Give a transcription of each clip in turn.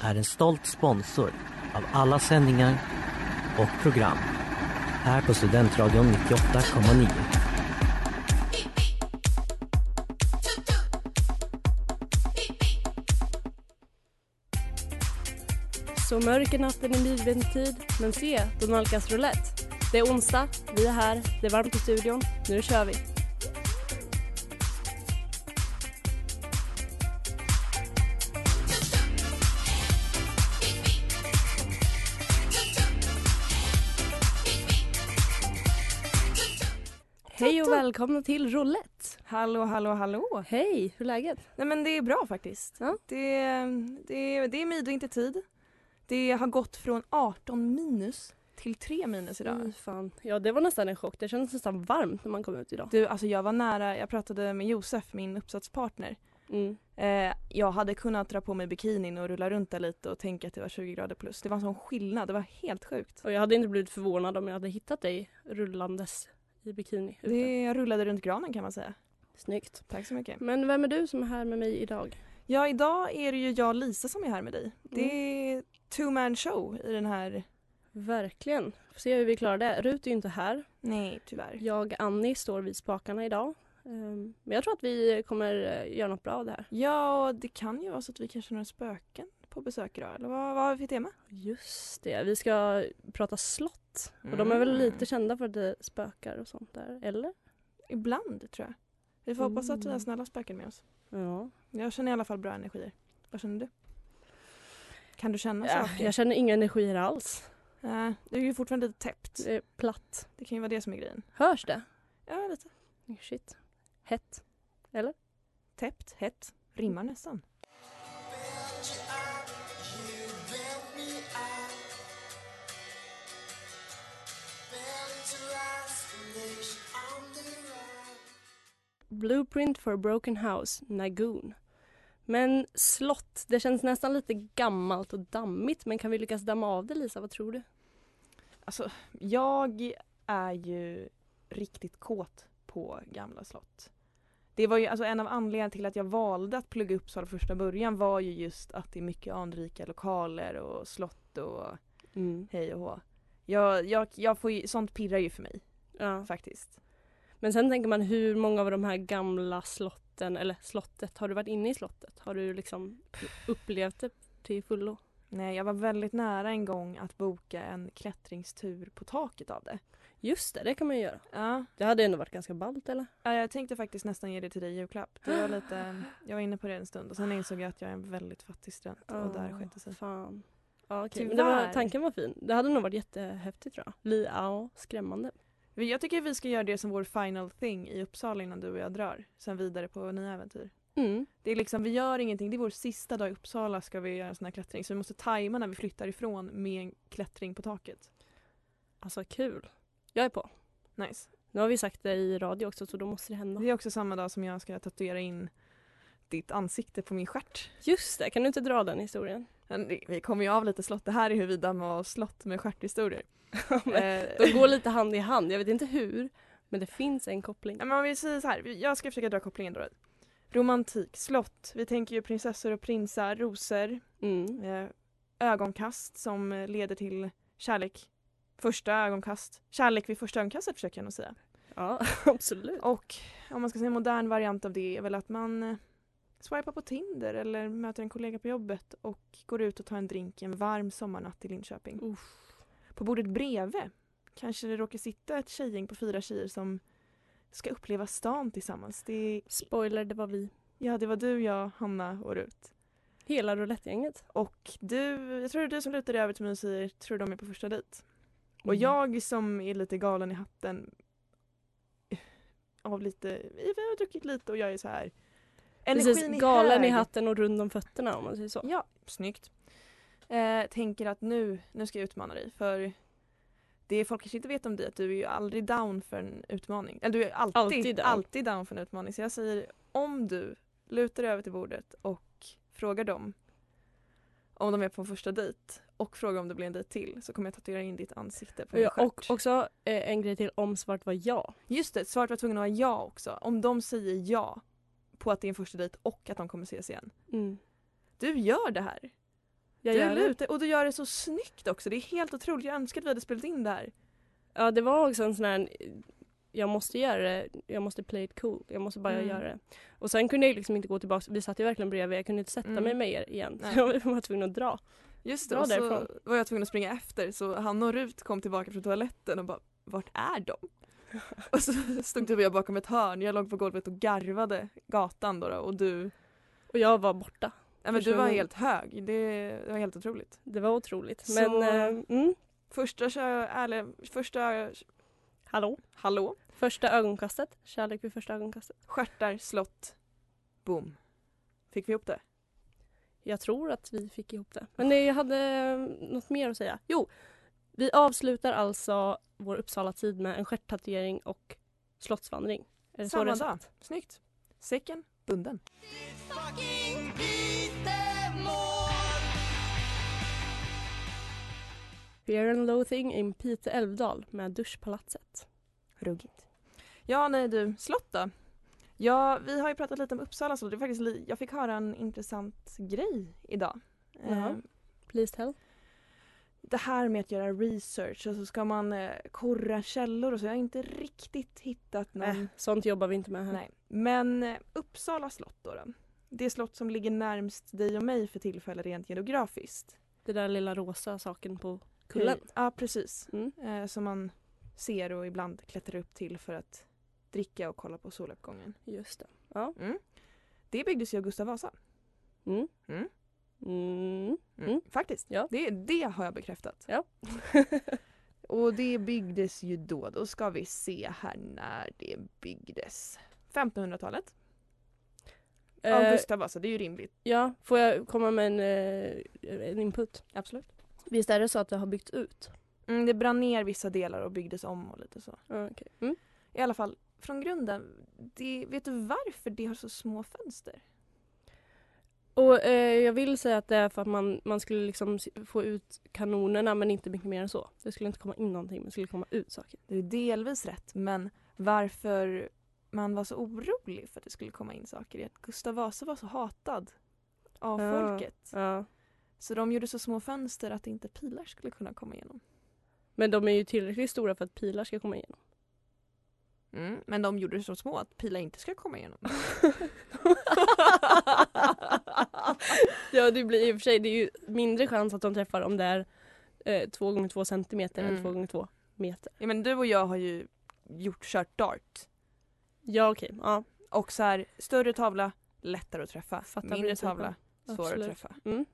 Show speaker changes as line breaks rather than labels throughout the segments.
är en stolt sponsor av alla sändningar och program här på Studentradion 98,9.
Så mörker natten i midvintertid, men se, då nalkas roulette. Det är onsdag, vi är här, det är varmt i studion, nu kör vi. Hej och välkomna till Roulette.
Hallå, hallå, hallå.
Hej, hur är läget?
Nej men det är bra faktiskt.
Ja.
Det, det, det är midvintertid. Det har gått från 18 minus till 3 minus idag.
Fy fan. Ja, det var nästan en chock. Det kändes nästan varmt när man kom ut idag.
Du, alltså jag var nära, jag pratade med Josef, min uppsatspartner.
Mm.
Eh, jag hade kunnat dra på mig bikinin och rulla runt där lite och tänka att det var 20 grader plus. Det var en sån skillnad, det var helt sjukt.
Och jag hade inte blivit förvånad om jag hade hittat dig rullandes i bikini. ute.
Det, jag rullade runt granen kan man säga.
Snyggt.
Tack så mycket.
Men vem är du som är här med mig idag?
Ja, idag är det ju jag Lisa som är här med dig. Det är two man show i den här...
Verkligen. Får se hur vi klarar det. Rut är ju inte här.
Nej, tyvärr.
Jag, Annie, står vid spakarna idag. Ehm, Men jag tror att vi kommer eh, göra något bra av det här.
Ja, och det kan ju vara så att vi kanske har några spöken på besök idag. Eller vad, vad har vi för tema?
Just det, vi ska prata slott. Och de är väl
Mm.
lite kända för att det spökar och sånt där, eller?
Ibland, tror jag. Vi får hoppas att vi har
Mm.
snälla spöken med oss.
Ja.
Jag känner i alla fall bra energier. Vad känner du? Kan du känna
ja
saker?
jag känner inga energier alls.
Nej, det är ju fortfarande lite täppt.
Det är platt.
Det kan ju vara det som är grejen.
Hörs det?
Ja, lite
Shit. Hett.
täppt, hett. Rimmar nästan.
Blueprint for a broken house, Nagoon. Men slott, det känns nästan lite gammalt och dammigt. Men kan vi lyckas damma av det Lisa, vad tror du?
Alltså, jag är ju riktigt kåt på Gamla slott. Det var ju alltså en av anledningarna till att jag valde att plugga i Uppsala från första början var ju just att det är mycket anrika lokaler och slott och
Mm.
hej och hå. Jag, jag, jag får ju, sånt pirrar ju för mig
Ja.
faktiskt.
Men sen tänker man hur många av de här gamla slotten, eller slottet, har du varit inne i slottet? Har du liksom upplevt det till fullo?
Nej, jag var väldigt nära en gång att boka en klättringstur på taket av det.
Just det, det kan man ju göra.
Ja,
Det hade ändå varit ganska ballt eller?
Ja, jag tänkte faktiskt nästan ge det till dig i julklapp. Det var lite, jag var inne på det en stund och sen insåg jag att jag är en väldigt fattig student och där sket det sig.
Fan. Ja, okej. Men det var,
Tyvärr.
tanken var fin. Det hade nog varit jättehäftigt tror jag. Li, ja, skrämmande.
Men Jag tycker vi ska göra det som vår final thing i Uppsala innan du och jag drar. Sen vidare på nya äventyr.
Mm.
Det är liksom, vi gör ingenting. Det är vår sista dag i Uppsala ska vi göra en sån här klättring. Så vi måste tajma när vi flyttar ifrån med en klättring på taket.
Alltså kul. Jag är på.
Nice.
Nu har vi sagt det i radio också så då måste det hända.
Det är också samma dag som jag ska tatuera in ditt ansikte på min stjärt.
Just det, kan du inte dra den historien?
Men det- Vi kommer ju av lite slott. Det här är hur vi dammar av slott med stjärthistorier.
Men
Eh,
De går lite hand i hand, jag vet inte hur. Men det finns en koppling.
Ja, men om vi säger så här, jag ska försöka dra kopplingen då. Romantik, slott, vi tänker ju prinsessor och prinsar, rosor,
Mm.
eh, ögonkast som eh, leder till kärlek. Första ögonkast. Kärlek vid första ögonkastet försöker jag nog säga.
Ja, absolut.
Och om man ska säga en modern variant av det är väl att man eh, swipar på Tinder eller möter en kollega på jobbet och går ut och tar en drink en varm sommarnatt i Linköping. På bordet bredvid kanske det råkar sitta ett tjejgäng på fyra tjejer som ska uppleva stan tillsammans. Det är,
Spoiler, det var vi.
ja, det var du, jag, Hanna och Rut.
Hela roulettegänget.
Och du, jag tror det är du som lutar dig över till mig och säger tror de är på första dejt? Och
Mm.
jag som är lite galen i hatten av lite, vi har druckit lite och jag är så här. Energin
Precis,
är
galen
hög.
i hatten och rund om fötterna om man säger så.
Ja, snyggt. Eh, tänker att nu, nu ska jag utmana dig för det folk kanske inte vet om dig att du är ju aldrig down för en utmaning. Eller du är alltid,
Alltid
alltid,
down.
down. för en utmaning. Så jag säger om du lutar dig över till bordet och frågar dem om de är på en första dejt och frågar om det blir en dejt till så kommer jag tatuera in ditt ansikte på min
Ja,
stjärt.
och också eh, en grej till, om svart var jag.
Just det, svaret var tvungen att vara ja också. Om de säger ja på att det är en första dejt och att de kommer ses igen. Du gör det här!
Mm. Jag
du
gör det.
lutar, och du gör det så snyggt också. Det är helt otroligt. Jag önskar att vi hade spelat in det här.
Ja det var också en sån här, jag måste göra det, jag måste play it cool, jag måste bara
Mm.
göra det. Och sen kunde jag liksom inte gå tillbaka, vi satt ju verkligen bredvid, jag kunde inte sätta
Mm.
mig med er igen.
Nej.
Så jag var tvungen att dra.
Just det,
Bra
och så
därifrån.
var jag tvungen att springa efter så Hanna och Rut kom tillbaka från toaletten och bara vart är de? och så stod du och jag bakom ett hörn. Jag låg på golvet och garvade gatan då, då och du,
Och jag var borta.
ja, men du var
Försvann.
helt hög. Det, det var helt otroligt.
Det var otroligt.
Så-
Men, eh, mm,
Första, kö- eller, första,
hallå?
hallå?
Första ögonkastet, kärlek vid första ögonkastet.
Stjärtar, slott, boom. Fick vi ihop det?
Jag tror att vi fick ihop det. Men nej, jag hade eh, något mer att säga. Jo, vi avslutar alltså vår Uppsala-tid med en stjärttatuering och slottsvandring. Är det så det
Samma
är
dag.
sagt?
Snyggt. Säcken bunden.
fucking Peter
Fear and Loathing in Pite Älvdal med Duschpalatset. Ruggigt.
Ja, nej du, slott då? Ja, vi har ju pratat lite om Uppsala slott. Det är faktiskt li- jag fick höra en intressant grej idag.
Jaha.
Eh,
Please tell.
det här med att göra research och så ska man eh, korra källor och så. Jag har inte riktigt hittat någon
Nej, sånt jobbar vi inte med här.
Nej. Men eh, Uppsala slott då, då. Det slott som ligger närmst dig och mig för tillfället rent geografiskt. Eh,
Det där lilla rosa saken på kullen.
Ja, precis.
Mm.
eh, som man ser och ibland klättrar upp till för att dricka och kolla på soluppgången.
Just det.
Det byggdes ju av Gustav Vasa.
Mm.
Mm.
Mm. Mm.
Faktiskt.
Ja.
Det, det har jag bekräftat.
Ja.
och det byggdes ju då, då ska vi se här när det byggdes. 1500-talet av
Eh,
Gustav Vasa, det är ju rimligt.
ja, får jag komma med en, eh, en input?
Absolut.
Visst är det så att det har byggts ut?
Mm, det brann ner vissa delar och byggdes om och lite så.
Ja, okej. Mm.
I alla fall, från grunden, det, vet du varför det har så små fönster?
Och eh, jag vill säga att det är för att man, man skulle liksom s- få ut kanonerna men inte mycket mer än så. Det skulle inte komma in någonting men det skulle komma ut saker.
Du är delvis rätt, men varför man var så orolig för att det skulle komma in saker är att Gustav Vasa var så hatad av
Ja.
folket.
Ja.
Så de gjorde så små fönster att inte pilar skulle kunna komma igenom.
Men de är ju tillräckligt stora för att pilar ska komma igenom.
Mm, Men de gjorde det så små att pilar inte ska komma igenom.
ja det blir i och för sig, det är ju mindre chans att de träffar om det är eh, 2 gånger 2 centimeter än
Mm.
2 gånger 2 meter.
ja, men du och jag har ju gjort kört dart.
Ja okej, ja.
Och så här, större tavla, lättare att träffa.
Fattar
Mindre
principen.
tavla, svårare att
Absolut.
träffa.
Mm.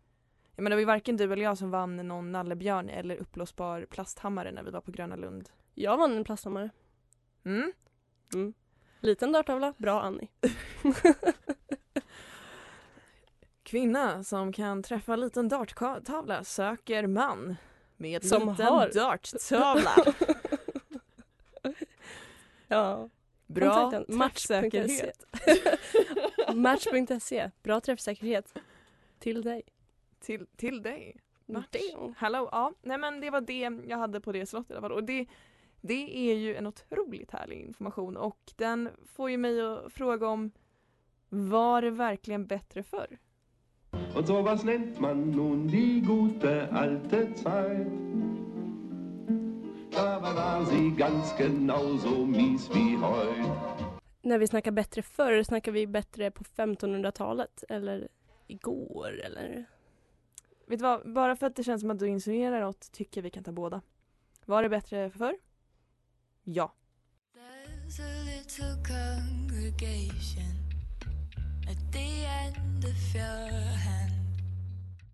Ja, men det var ju varken du eller jag som vann någon nallebjörn eller uppblåsbar plasthammare när vi var på Gröna Lund.
Jag vann en plasthammare.
Mm.
Liten darttavla, bra Annie.
Kvinna som kan träffa liten darttavla söker man med
Som
liten
har-
darttavla.
Ja.
Bra
Kontakta
matchsäkerhet.
Match.se, bra träffsäkerhet. Till dig.
Till, till dig. Match.
Damn.
Hello. Ja, nej men det var det jag hade på det slottet i alla fall. Och det, det är ju en otroligt härlig information och den får ju mig att fråga om var det verkligen bättre förr?
Und sowas nennt man nun die gute alte Zeit. Da war sie ganz genauso mies wie heut.
När vi snackar bättre förr, snackar vi bättre på 1500-talet eller igår eller?
Vet du vad, bara för att det känns som att du insinuerar något tycker jag vi kan ta båda. Var det bättre förr? Ja.
There's
was a little congregation at the end of your hand.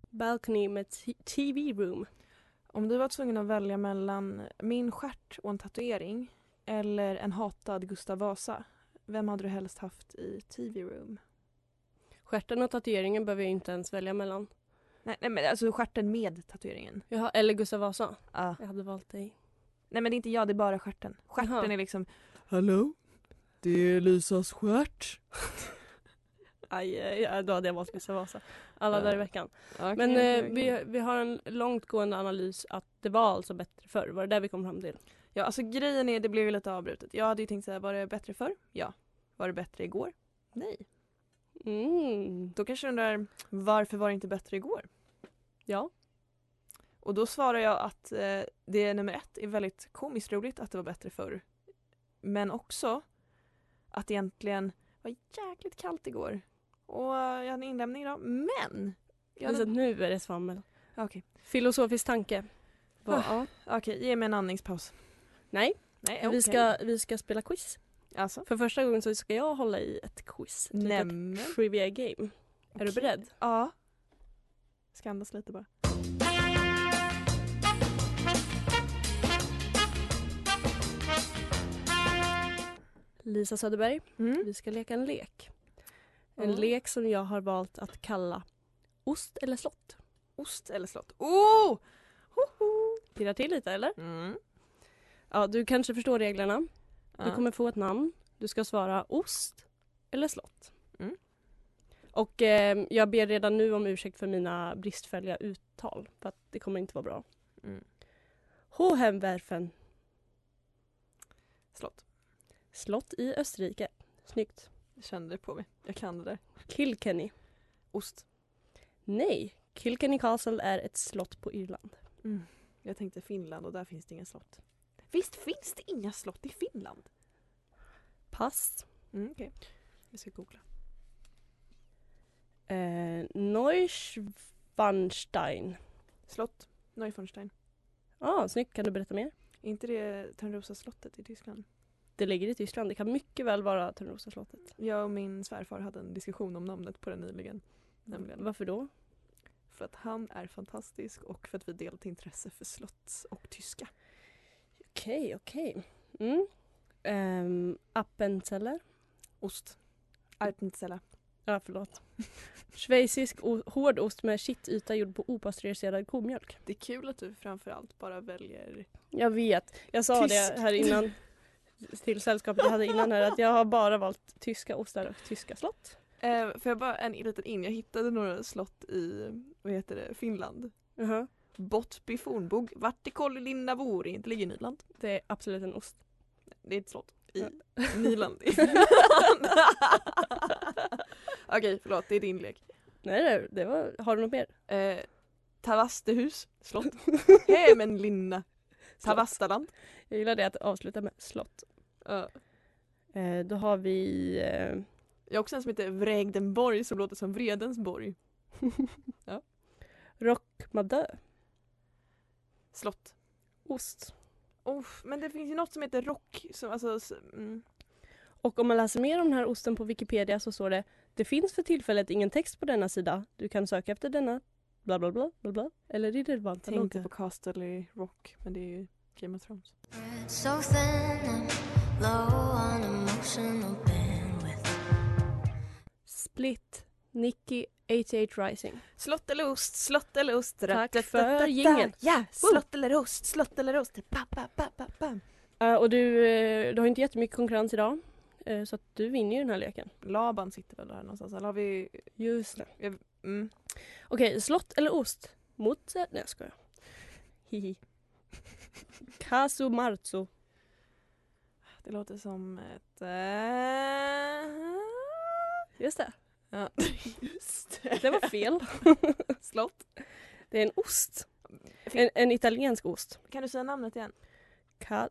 Balcony med t- TV room.
Om du var tvungen att välja mellan min stjärt och en tatuering eller en hatad Gustav Vasa, vem hade du helst haft i TV room?
Stjärten och tatueringen behöver jag inte ens välja mellan.
Nej, nej men alltså stjärten med tatueringen.
Jag har, eller Gustav Vasa.
Ah.
Jag hade valt dig.
Nej men det är inte jag, det är bara stjärten. Stjärten
Jaha.
är liksom
Hallå? Det är Lisas stjärt.
Aj, aj, aj, då hade jag valt Gustav Vasa. Alla
Ja.
dagar i veckan. Men eh, vi, vi har en långtgående analys att det var alltså bättre förr. Var det där vi kom fram till?
Ja, alltså grejen är, det blev ju lite avbrutet. Jag hade ju tänkt säga, var det bättre förr? Ja. Var det bättre igår? Nej.
Mm.
Då kanske du undrar, varför var det inte bättre igår?
Ja.
Och då svarar jag att eh, det nummer ett är väldigt komiskt roligt att det var bättre förr. Men också att det egentligen var jäkligt kallt igår. Och eh, jag hade en inlämning idag, men! Jag
Alltså,
hade...
nu är det svammel.
Okej, Ah.
Filosofisk tanke. Vad-
Okej, ge mig en andningspaus.
Nej,
Nej,
vi,
okej.
ska, vi ska spela quiz.
Alltså?
För första gången så ska jag hålla i ett quiz. Ett litet
Nämen.
trivia game. Är du
Okej.
beredd?
Ja. Ska andas lite bara.
Lisa Söderberg,
Mm.
vi ska leka en lek. En
Mm.
lek som jag har valt att kalla Ost eller slott.
Ost eller slott? Oh! Hoho!
Pirrar till lite eller?
Mm.
Ja, du kanske förstår reglerna. Du
Ja.
kommer få ett namn. Du ska svara ost eller slott.
Mm.
Och eh, jag ber redan nu om ursäkt för mina bristfälliga uttal. För att det kommer inte vara bra.
Mm.
Hohenwerfen,
Slott.
slott i Österrike. Snyggt.
Jag kände det på mig. Jag kan det där.
Kilkenny.
Ost.
Nej, Kilkenny Castle är ett slott på Irland.
Jag tänkte Finland och där finns det inga slott. Visst finns det inga slott i Finland?
Pass.
Mm, Okej. Jag ska googla.
Eh, Neuschwanstein.
Slott. Neuschwanstein.
Ja, ah, snyggt. Kan du berätta mer?
Är inte det Törnrosa slottet i Tyskland?
Det ligger i Tyskland. Det kan mycket väl vara Törnrosa slottet.
Jag och min svärfar hade en diskussion om namnet på den nyligen. Nämligen.
Varför då?
För att han är fantastisk och för att vi delat intresse för slott och tyska.
Okej, okej. Mm. Ehm, Appenzeller.
Ost. Alpenzeller.
Ja, förlåt. Schweizisk o- hårdost med kittyta gjord på opastöriserad komjölk.
Det är kul att du framförallt bara väljer...
Jag vet. Jag sa det
Tyskt.
här innan till sällskapet jag hade innan här att jag har bara valt tyska ostar och tyska slott.
Eh, får jag bara en liten in? Jag hittade några slott i, vad heter det, Finland.
Jaha.
Bottby fornbog, Vartikollinna vore, inte ligger i Nyland.
Det är absolut en ost.
Det är ett slott i
Ja.
Nyland. i Finland. Okej, förlåt, det är din lek.
Nej, det- det var... Har du något mer?
Eh, Tavastehus, slott. Hemenlinna, Tavastaland.
Jag gillar det att avsluta med slott.
Uh,
Eh, då har vi... Eh,
jag har också en som heter Vrägdenborg som låter som Vredensborg.
Rockmadö.
Slott.
Ost.
Oh, men det finns ju något som heter rock. Som, alltså, s- mm.
Och om man läser mer om den här osten på Wikipedia så står det Det finns för tillfället ingen text på denna sida. Du kan söka efter denna bla bla bla bla bla eller i relevanta
Tänkte
loggar.
på Casterly Rock, men det är ju Game of Thrones.
Spread so thin, I'm low on emotional bandwidth.
Split Nicky 88 Rising.
Slott eller ost, slott eller ost.
Tack
ra-
för
ra- ra- ra-
jingeln.
Ja, slott eller ost, slott eller ost. Pa, pa, pa, pa, pa.
Eh, och du, eh, du har inte jättemycket konkurrens idag eh, så att du vinner ju den här leken.
Laban sitter väl där någonstans. Eller har vi...
Just det.
Mm.
Okej, slott eller ost? Mot... eh, Nej jag skojar. Hihi. Casu Marzu.
Det låter som ett... eh,
Just det.
Ja, just det.
Det var fel.
Slott.
Det är en ost. En, en italiensk ost.
Kan du säga namnet igen?
Ka...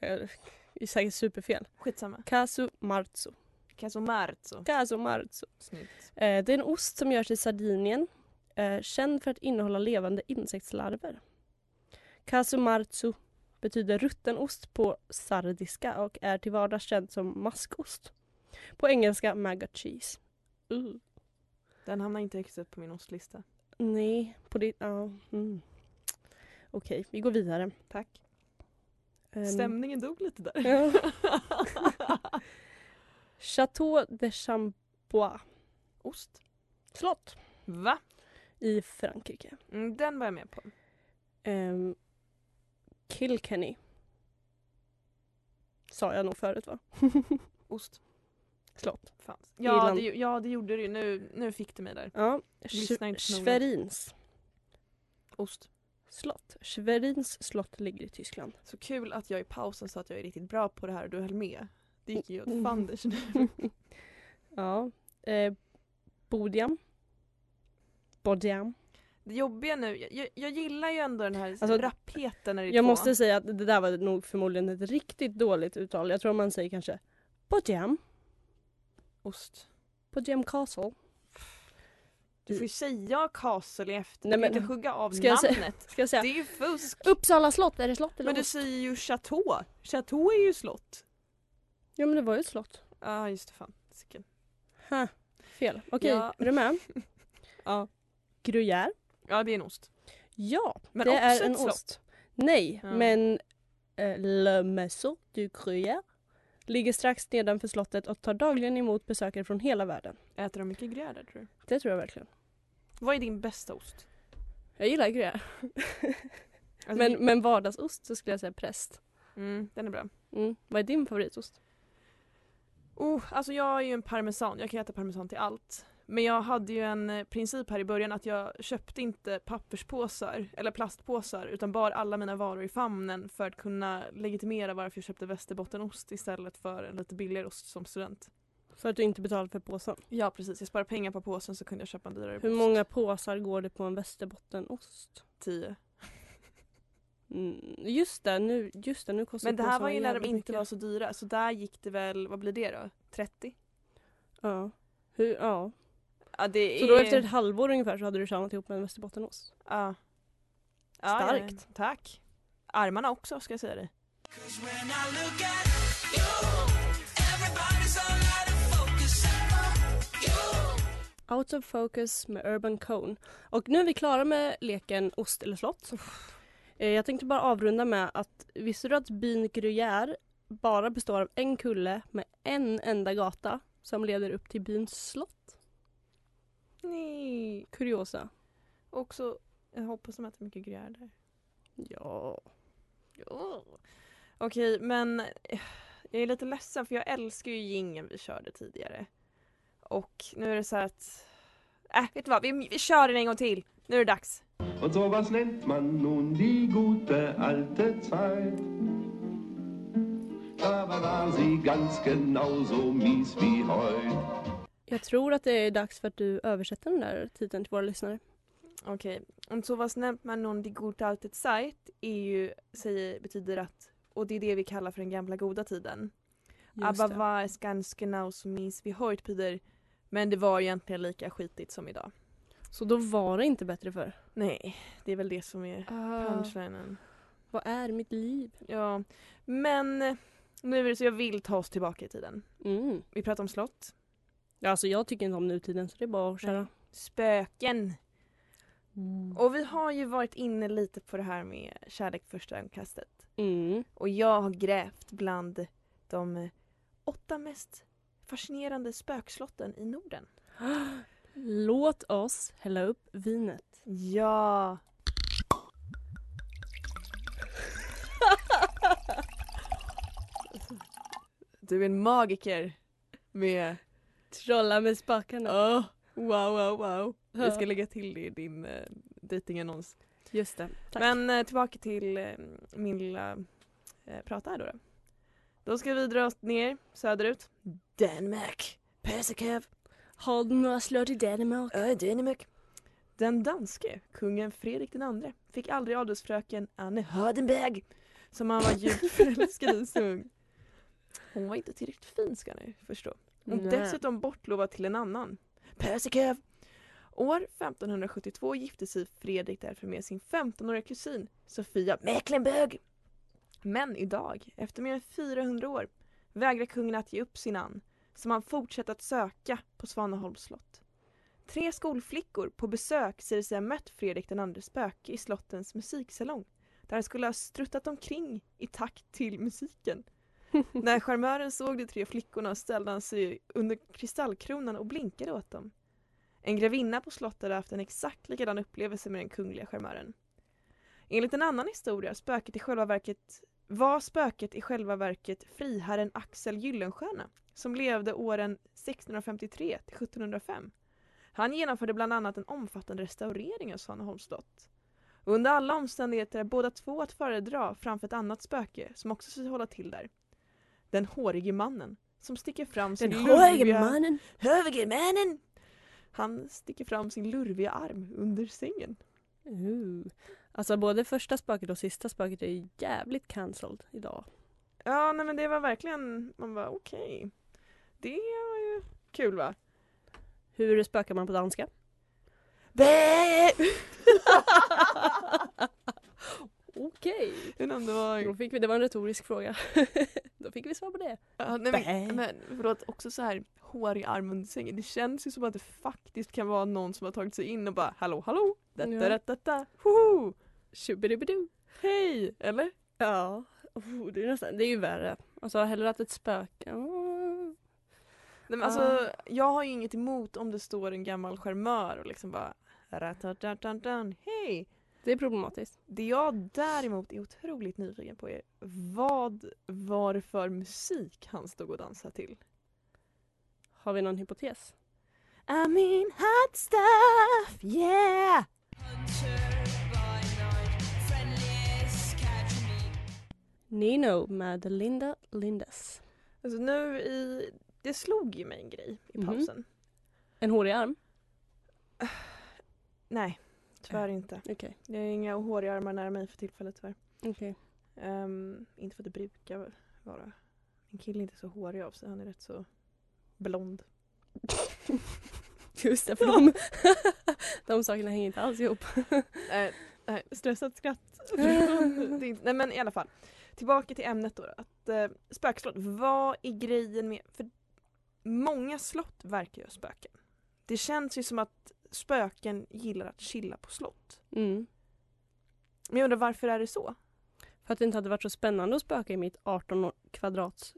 eh, Det är säkert superfel.
Skitsamma.
Casu marzu.
Casomarzo.
Casu marzu.
Snyggt.
Eh, det är en ost som görs i Sardinien. Eh, känd för att innehålla levande insektslarver. Casu marzu betyder ruttenost på sardiska och är till vardags känd som maskost. På engelska maggot cheese. Uh.
Den hamnar inte högst upp på min ostlista.
Nej, på ditt... Ja. Mm. Okej, vi går vidare.
Tack.
Ehm,
Stämningen dog lite där.
Ja. Chateau de Chambois
Ost.
slott
Va?
i Frankrike.
Mm, den var jag med på.
Ehm, Kilkenny. Sa jag nog förut va?
Ost.
slott.
Fanns. Ja,
Irland.
det, ju- ja, det gjorde du ju. Nu, nu fick du mig där.
Ja.
Lyssna inte så noga.
Schwerins
Ost.
slott. Schwerins slott ligger i Tyskland.
Så kul att jag i pausen sa att jag är riktigt bra på det här och du höll med. Det gick ju åt
Mm.
fanders nu.
ja. Eh, Bodiam. Bodiam.
Det jobbiga nu, jag- jag, jag gillar ju ändå den här
Alltså,
rappheten när det är
Jag
två.
måste säga att det där var nog förmodligen ett riktigt dåligt uttal. Jag tror man säger kanske Bodiam.
Ost.
Bodiam Castle.
Du får ju säga Castle i efter.
Nej,
Du kan
men-
inte hugga av
Ska jag säga-
namnet.
Ska jag
Det
säga.
är ju fusk.
Uppsala slott, är det slott eller
Men du
ost?
säger ju chateau. Chateau är ju slott.
Ja men det var ju ett slott.
Ja just det, fan. Sicken.
Ha, fel. Okej,
Ja.
är du med?
Ja.
Gruyère.
Ja det är en ost.
Ja,
Men
det
också
är
ett
en
slott.
ost. Nej,
Ja.
men eh, Le Maison du Gruyère ligger strax nedanför slottet och tar dagligen emot besökare från hela världen.
Äter de mycket grödor tror du?
Det tror jag verkligen.
Vad är din bästa ost?
Jag gillar gruyère.
Alltså,
men,
vi-
men vardagsost så skulle jag säga präst.
mm, den är bra.
Mm. Vad är din favoritost?
Oh, alltså jag är ju en parmesan, jag kan äta parmesan till allt. Men jag hade ju en eh, princip här i början att jag köpte inte papperspåsar eller plastpåsar utan bar alla mina varor i famnen för att kunna legitimera varför jag köpte västerbottenost istället för en lite billigare ost som student.
För att du inte betalar för påsen.
Ja precis, jag sparade pengar på påsen så kunde jag köpa en dyrare
Hur
ost.
många påsar går det på en västerbottenost?
Tio.
Mm. Just det, nu, just det, nu kostar
Men det här
påsarna
var ju när de
jävligt
inte
mycket.
var så dyra så där gick det väl, vad blir det då? 30?
Ja. Hur, ja.
Ja det är...
Så då efter ett halvår ungefär så hade du tjänat ihop med en västerbottenost?
Ja. Ja, ja, ja.
Starkt.
Tack. Armarna också ska jag säga dig.
Cause when I look at you, everybody's all out of focus. You.
Out of focus med Urban Cone. Och nu är vi klara med leken ost eller slott. Eh, Jag tänkte bara avrunda med att visste du att byn Gruyère bara består av en kulle med en enda gata som leder upp till byns slott?
Nej.
Kuriosa.
Också, jag hoppas de äter mycket gruyère där.
Ja.
Okej, men eh, jag är lite ledsen för jag älskar ju gingen vi körde tidigare. Och nu är det så här att, äh, vet du vad, vi, vi kör den en gång till. Nu är det dags.
Und sowas nennt man nun die gute alte Zeit. Aber war sie ganz genauso mies wie heut.
Jag tror att det är dags för att du översätter den där titeln till våra lyssnare.
Okej, om så vad snällt man någon die gute alte Zeit är ju, säger, betyder att, och det är det vi kallar för den gamla goda tiden. Aber
det.
war es ganz genau so mies wie heute betyder, men det var egentligen lika skitigt som idag.
Så då var det inte bättre för.
Nej, det är väl det som är punchlinen.
Vad är mitt liv?
Ja, men nu är det så jag vill ta oss tillbaka i tiden.
Mm.
Vi pratar om slott,
Ja, Alltså jag tycker inte om nutiden så det är bara att köra.
spöken och vi har ju varit inne lite på det här med kärlek första ögonkastet.
Mm.
Och jag har grävt bland de eh, åtta mest fascinerande spökslotten i Norden.
Låt oss hälla upp vinet.
Ja! Du är en magiker med
Trolla med spakarna.
Åh, wow, wow, wow. Vi ska lägga till det i din uh, dejtingannons.
Just det. Tack.
Men eh, tillbaka till eh, min lilla eh, prata här då, då. Då ska vi dra oss ner söderut. Danmark, Persikev,
Har du några slott i Danmark?
ö Danmark. Den danske kungen Fredrik den andre fick aldrig adelsfröken Anne Hardenberg som han var djupt förälskad i som ung. Hon var inte tillräckligt fin ska ni förstå. och
Nej.
dessutom bortlovad till en annan. Persikev! År 1572 gifte sig Fredrik därför med sin 15-åriga kusin Sofia Mecklenburg. Men idag, efter mer än 400 år, vägrar kungen att ge upp sin an, som han fortsätter att söka på Svaneholms slott. Tre skolflickor på besök säger sig ha mött Fredrik den andres spöke i slottens musiksalong, där han skulle ha struttat omkring i takt till musiken. När charmören såg de tre flickorna ställde han sig under kristallkronan och blinkade åt dem. En grevinna på slottet hade haft en exakt likadan upplevelse med den kungliga charmören. Enligt en annan historia spöket i själva verket, var spöket i själva verket friherren Axel Gyllenstierna som levde åren 1653 till 1705. Han genomförde bland annat en omfattande restaurering av Svaneholms slott. Under alla omständigheter är båda två att föredra framför ett annat spöke som också sägs hålla till där. Den hårige mannen som sticker fram sin lurviga- Högermannen! Han sticker fram sin lurviga arm under sängen.
Uh. Alltså både första spöket och sista spöket är ju jävligt cancelled idag.
Ja, nej men det var verkligen, man var okej. Det var ju kul va?
Hur spökar man på danska?
Bä!
Okej,
Undrar om det var...
då fick vi, det var en retorisk fråga. då fick vi svar på det.
Ja, nej, men, men förlåt, också så här hårig arm under sängen. Det känns ju som att det faktiskt kan vara någon som har tagit sig in och bara hallå hallå, detta
Ja.
detta detta, hoho,
Tjubbidibbidoo.
hej, Eh, eller?
Ja, oh, det, är nästan, det är ju värre. Alltså hellre att ett spöke... Mm.
Nej, men alltså, jag har ju inget emot om det står en gammal charmör och liksom bara ratatatantan, hej.
Det är problematiskt.
Det jag däremot är otroligt nyfiken på är vad var det för musik han stod och dansade till?
Har vi någon hypotes?
I'm in hot stuff, yeah!
Nino med Linda Lindes.
Alltså nu i, det slog ju mig en grej i
Mhm.
pausen.
En hårig arm?
Nej, tyvärr inte.
Okej.
Det är inga håriga armar nära mig för tillfället tyvärr.
Okej.
Ehm, inte för att det brukar vara. Min kille är inte så hårig av sig, han är rätt så blond.
Just det, för de, de sakerna hänger inte alls ihop.
Nej, nej, Eh, stressat skratt. det är inte, nej men i alla fall. Tillbaka till ämnet då. då, Att, eh, spökslott, vad är grejen med... För många slott verkar ju ha spöken. Det känns ju som att spöken gillar att chilla på slott.
Mm.
Men jag undrar varför är det så?
För att det inte hade varit så spännande att spöka i mitt 18 kvadrats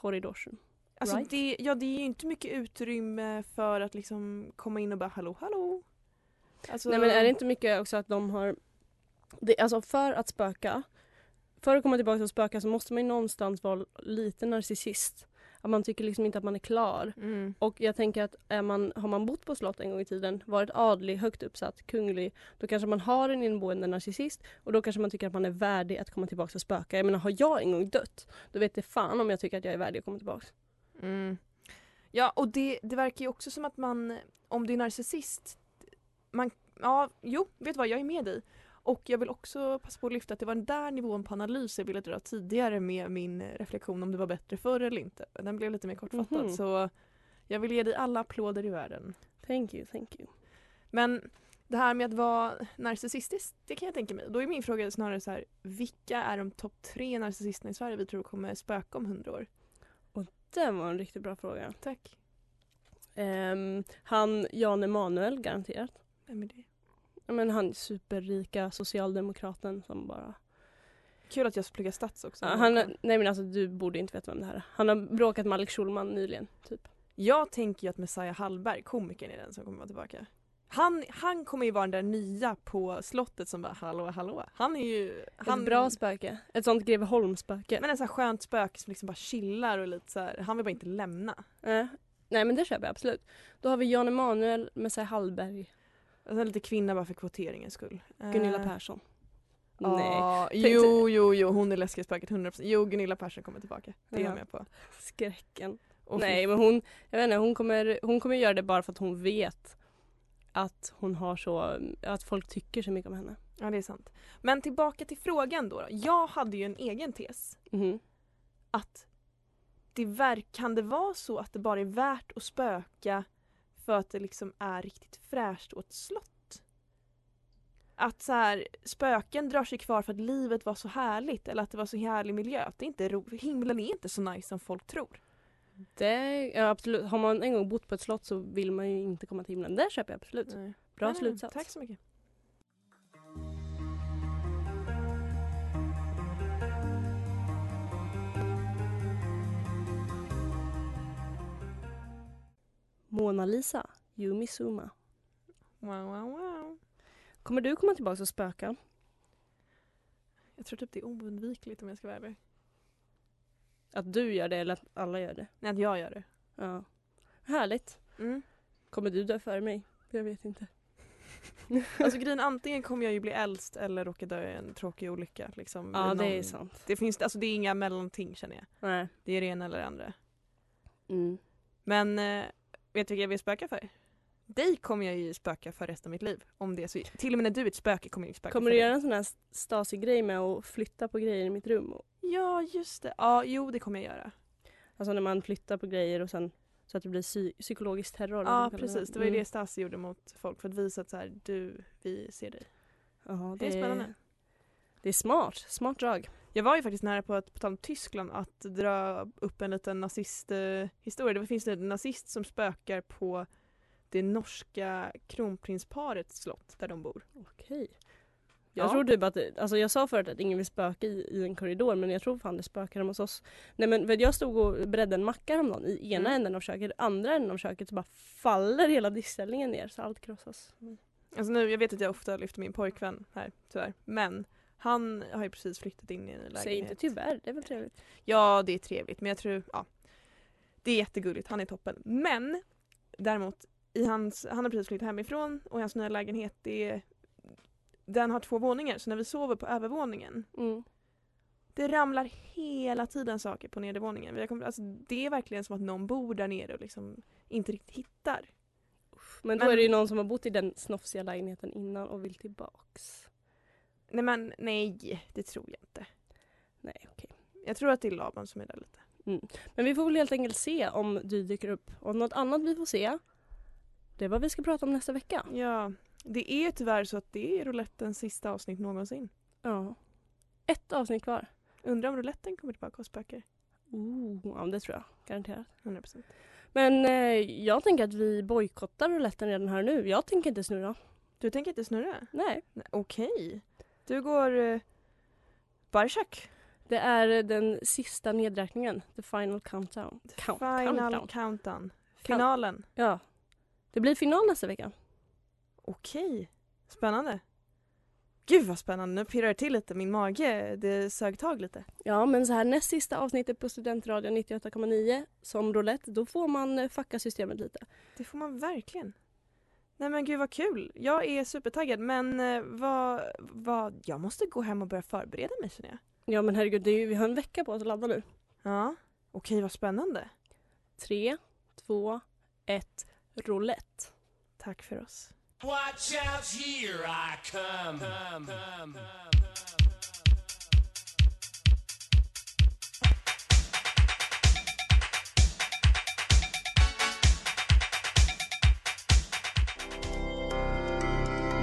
korridorsen.
Alltså
Right.
det, ja, det är ju inte mycket utrymme för att liksom komma in och bara hallå hallå. Alltså,
Nej men är det inte mycket också att de har... Det, alltså för att spöka, för att komma tillbaka och spöka så måste man ju någonstans vara lite narcissist. Att man tycker liksom inte att man är klar.
Mm.
Och jag tänker att är man, har man bott på slott en gång i tiden, varit adlig, högt uppsatt, kunglig, då kanske man har en inneboende narcissist och då kanske man tycker att man är värdig att komma tillbaka och spöka. Jag menar har jag en gång dött, då vet det fan om jag tycker att jag är värdig att komma tillbaka.
Mm. Ja och det, det verkar ju också som att man, om du är narcissist, man, ja jo vet du vad jag är med dig. Och jag vill också passa på att lyfta att det var den där nivån på analys jag ville dra tidigare med min reflektion om det var bättre förr eller inte. Den blev lite mer kortfattad
Mhm.
så jag vill ge dig alla applåder i världen.
Thank you, thank you.
Men det här med att vara narcissistisk, det kan jag tänka mig. Då är min fråga snarare så här, vilka är de topp tre narcissisterna i Sverige vi tror kommer spöka om hundra år?
Det var en riktigt bra fråga.
Tack.
Ehm, han Jan Emanuel garanterat.
Vem är det?
Ja, men han superrika socialdemokraten som bara...
Kul att jag ska plugga stats också.
Ja, han, nej men alltså du borde inte veta vem det här är. Han har bråkat med Alex Schulman nyligen. Typ.
Jag tänker ju att Messiah Hallberg, komikern, är den som kommer vara tillbaka. Han, han kommer ju vara den där nya på slottet som bara hallå hallå. Han är ju... Han,
Ett bra spöke. Ett sånt Greveholmsspöke.
Men en sån här skönt spöke som liksom bara chillar och lite så här, han vill bara inte lämna.
Eh, nej men det köper jag absolut. Då har vi Jan Emanuel, Messiah Hallberg,
Alltså lite kvinna bara för kvoteringens skull.
Gunilla
Eh,
Persson. Nej,
Ja,
Tänkte-
jo, jo, jo, hon är läskiga spöket 100%. Jo, Gunilla Persson kommer tillbaka. Det är jag
Ja.
med på.
skräcken.
Och
Nej men hon, jag vet inte, hon kommer, hon kommer göra det bara för att hon vet att hon har så, att folk tycker så mycket om henne.
Ja, det är sant. Men tillbaka till frågan då. då. Jag hade ju en egen tes.
Mhm.
Att det verk, kan det vara så att det bara är värt att spöka för att det liksom är riktigt fräscht åt slott? Att så här, spöken drar sig kvar för att livet var så härligt eller att det var så härlig miljö. Att det inte är ro- himlen är inte så nice som folk tror.
Det, ja, absolut. Har man en gång bott på ett slott så vill man ju inte komma till himlen. Det köper jag absolut. Bra
Nej, nej,
slutsats.
Mm. Tack så mycket.
Mona Lisa, Yumi Suma.
Wow, wow, wow.
Kommer du komma tillbaka och spöka?
Jag tror typ det är oundvikligt om jag ska vara ärlig.
Att du gör det eller att alla gör det?
Nej, att jag gör det.
Ja. Härligt.
Mm.
Kommer du dö före mig? Jag vet inte.
Alltså grejen, antingen kommer jag ju bli äldst eller råka dö i en tråkig olycka. Liksom.
Ja, det är
Någon-
sant.
det, finns, alltså, det är inga mellanting känner jag.
Nej.
Det är det ena eller det andra.
Mm.
Men eh, vet du vilka jag vill spöka för? Dig kommer jag ju spöka för resten av mitt liv. Om det är så. Till och med när du är ett spöke kommer jag ju spöka
Kommer
för
du
dig.
göra en sån här Stasi-grej med att flytta på grejer i mitt rum?
Ja, just det. Ja, jo det kommer jag göra.
Alltså när man flyttar på grejer och sen så att det blir psy- psykologisk terror. eller vad
Ja,
man kallar
precis. Det var ju
Mm.
det Stasi gjorde mot folk för att visa att så här, du, vi ser dig.
Ja,
Det är spännande.
Det är smart. Smart drag.
Jag var ju faktiskt nära på att, på tal om Tyskland, att dra upp en liten nazisthistoria. Eh, historia. det finns en nazist som spökar på det norska kronprinsparets slott där de bor.
Okej. Jag
Ja.
tror typ att, det- alltså jag sa förut att ingen vill spöka i, i en korridor men jag tror fan det spökar hemma hos oss. Nej men för att jag stod och bredde en macka häromdagen i ena
Mm. änden
änden av köket, andra änden av köket så bara faller hela diskställningen ner så allt krossas.
Alltså nu, jag vet att jag ofta lyfter min pojkvän här tyvärr, men han har ju precis flyttat in i en lägenhet.
Säg inte typ. tyvärr, det är väl trevligt.
Ja, det är trevligt, men jag tror, ja. Det är jättegulligt, han är toppen. Men däremot, i hans, han har precis flyttat hemifrån och hans nya lägenhet, det är, den har två våningar, så när vi sover på övervåningen
Mm.
Det ramlar hela tiden saker på nedervåningen. Vi har kommit- Alltså, det är verkligen som att någon bor där nere och liksom inte riktigt hittar.
Men då
Men-
är det ju någon som har bott i den snofsiga lägenheten innan och vill tillbaks.
Nej men nej, det tror jag inte.
Nej okej.
Jag tror att det är Laban som är där lite.
Men vi får väl helt enkelt se om du dyker upp. Och något annat vi får se, det är vad vi ska prata om nästa vecka.
Ja, det är ju tyvärr så att det är roulettens sista avsnitt någonsin.
Ja. Ett avsnitt kvar.
Undrar om rouletten kommer tillbaka och spökar.
Ooh, ja, men det tror jag. Garanterat.
100%.
Men eh, jag tänker att vi bojkottar rouletten redan här nu. Jag tänker inte snurra.
Du tänker inte snurra?
Nej.
Nej, Okej. Du går... Eh, Barsak.
Det är den sista nedräkningen. The final countdown. Count,
Final
countdown.
countdown. Finalen.
Ja. Det blir final nästa vecka.
Okej, spännande. Gud vad spännande, nu pirrar det till lite min mage. Det sög tag lite.
Ja, men så här näst sista avsnittet på Studentradion 98,9 som roulette, då får man eh, fucka systemet lite.
Det får man verkligen. Nej men gud vad kul. Jag är supertaggad men eh, vad, vad, jag måste gå hem och börja förbereda mig känner jag.
Ja, men herregud, det är ju, vi har en vecka på oss att ladda nu.
Ja, okej vad spännande.
Tre, två, ett, roulette.
Tack för oss.
Watch out, here I come.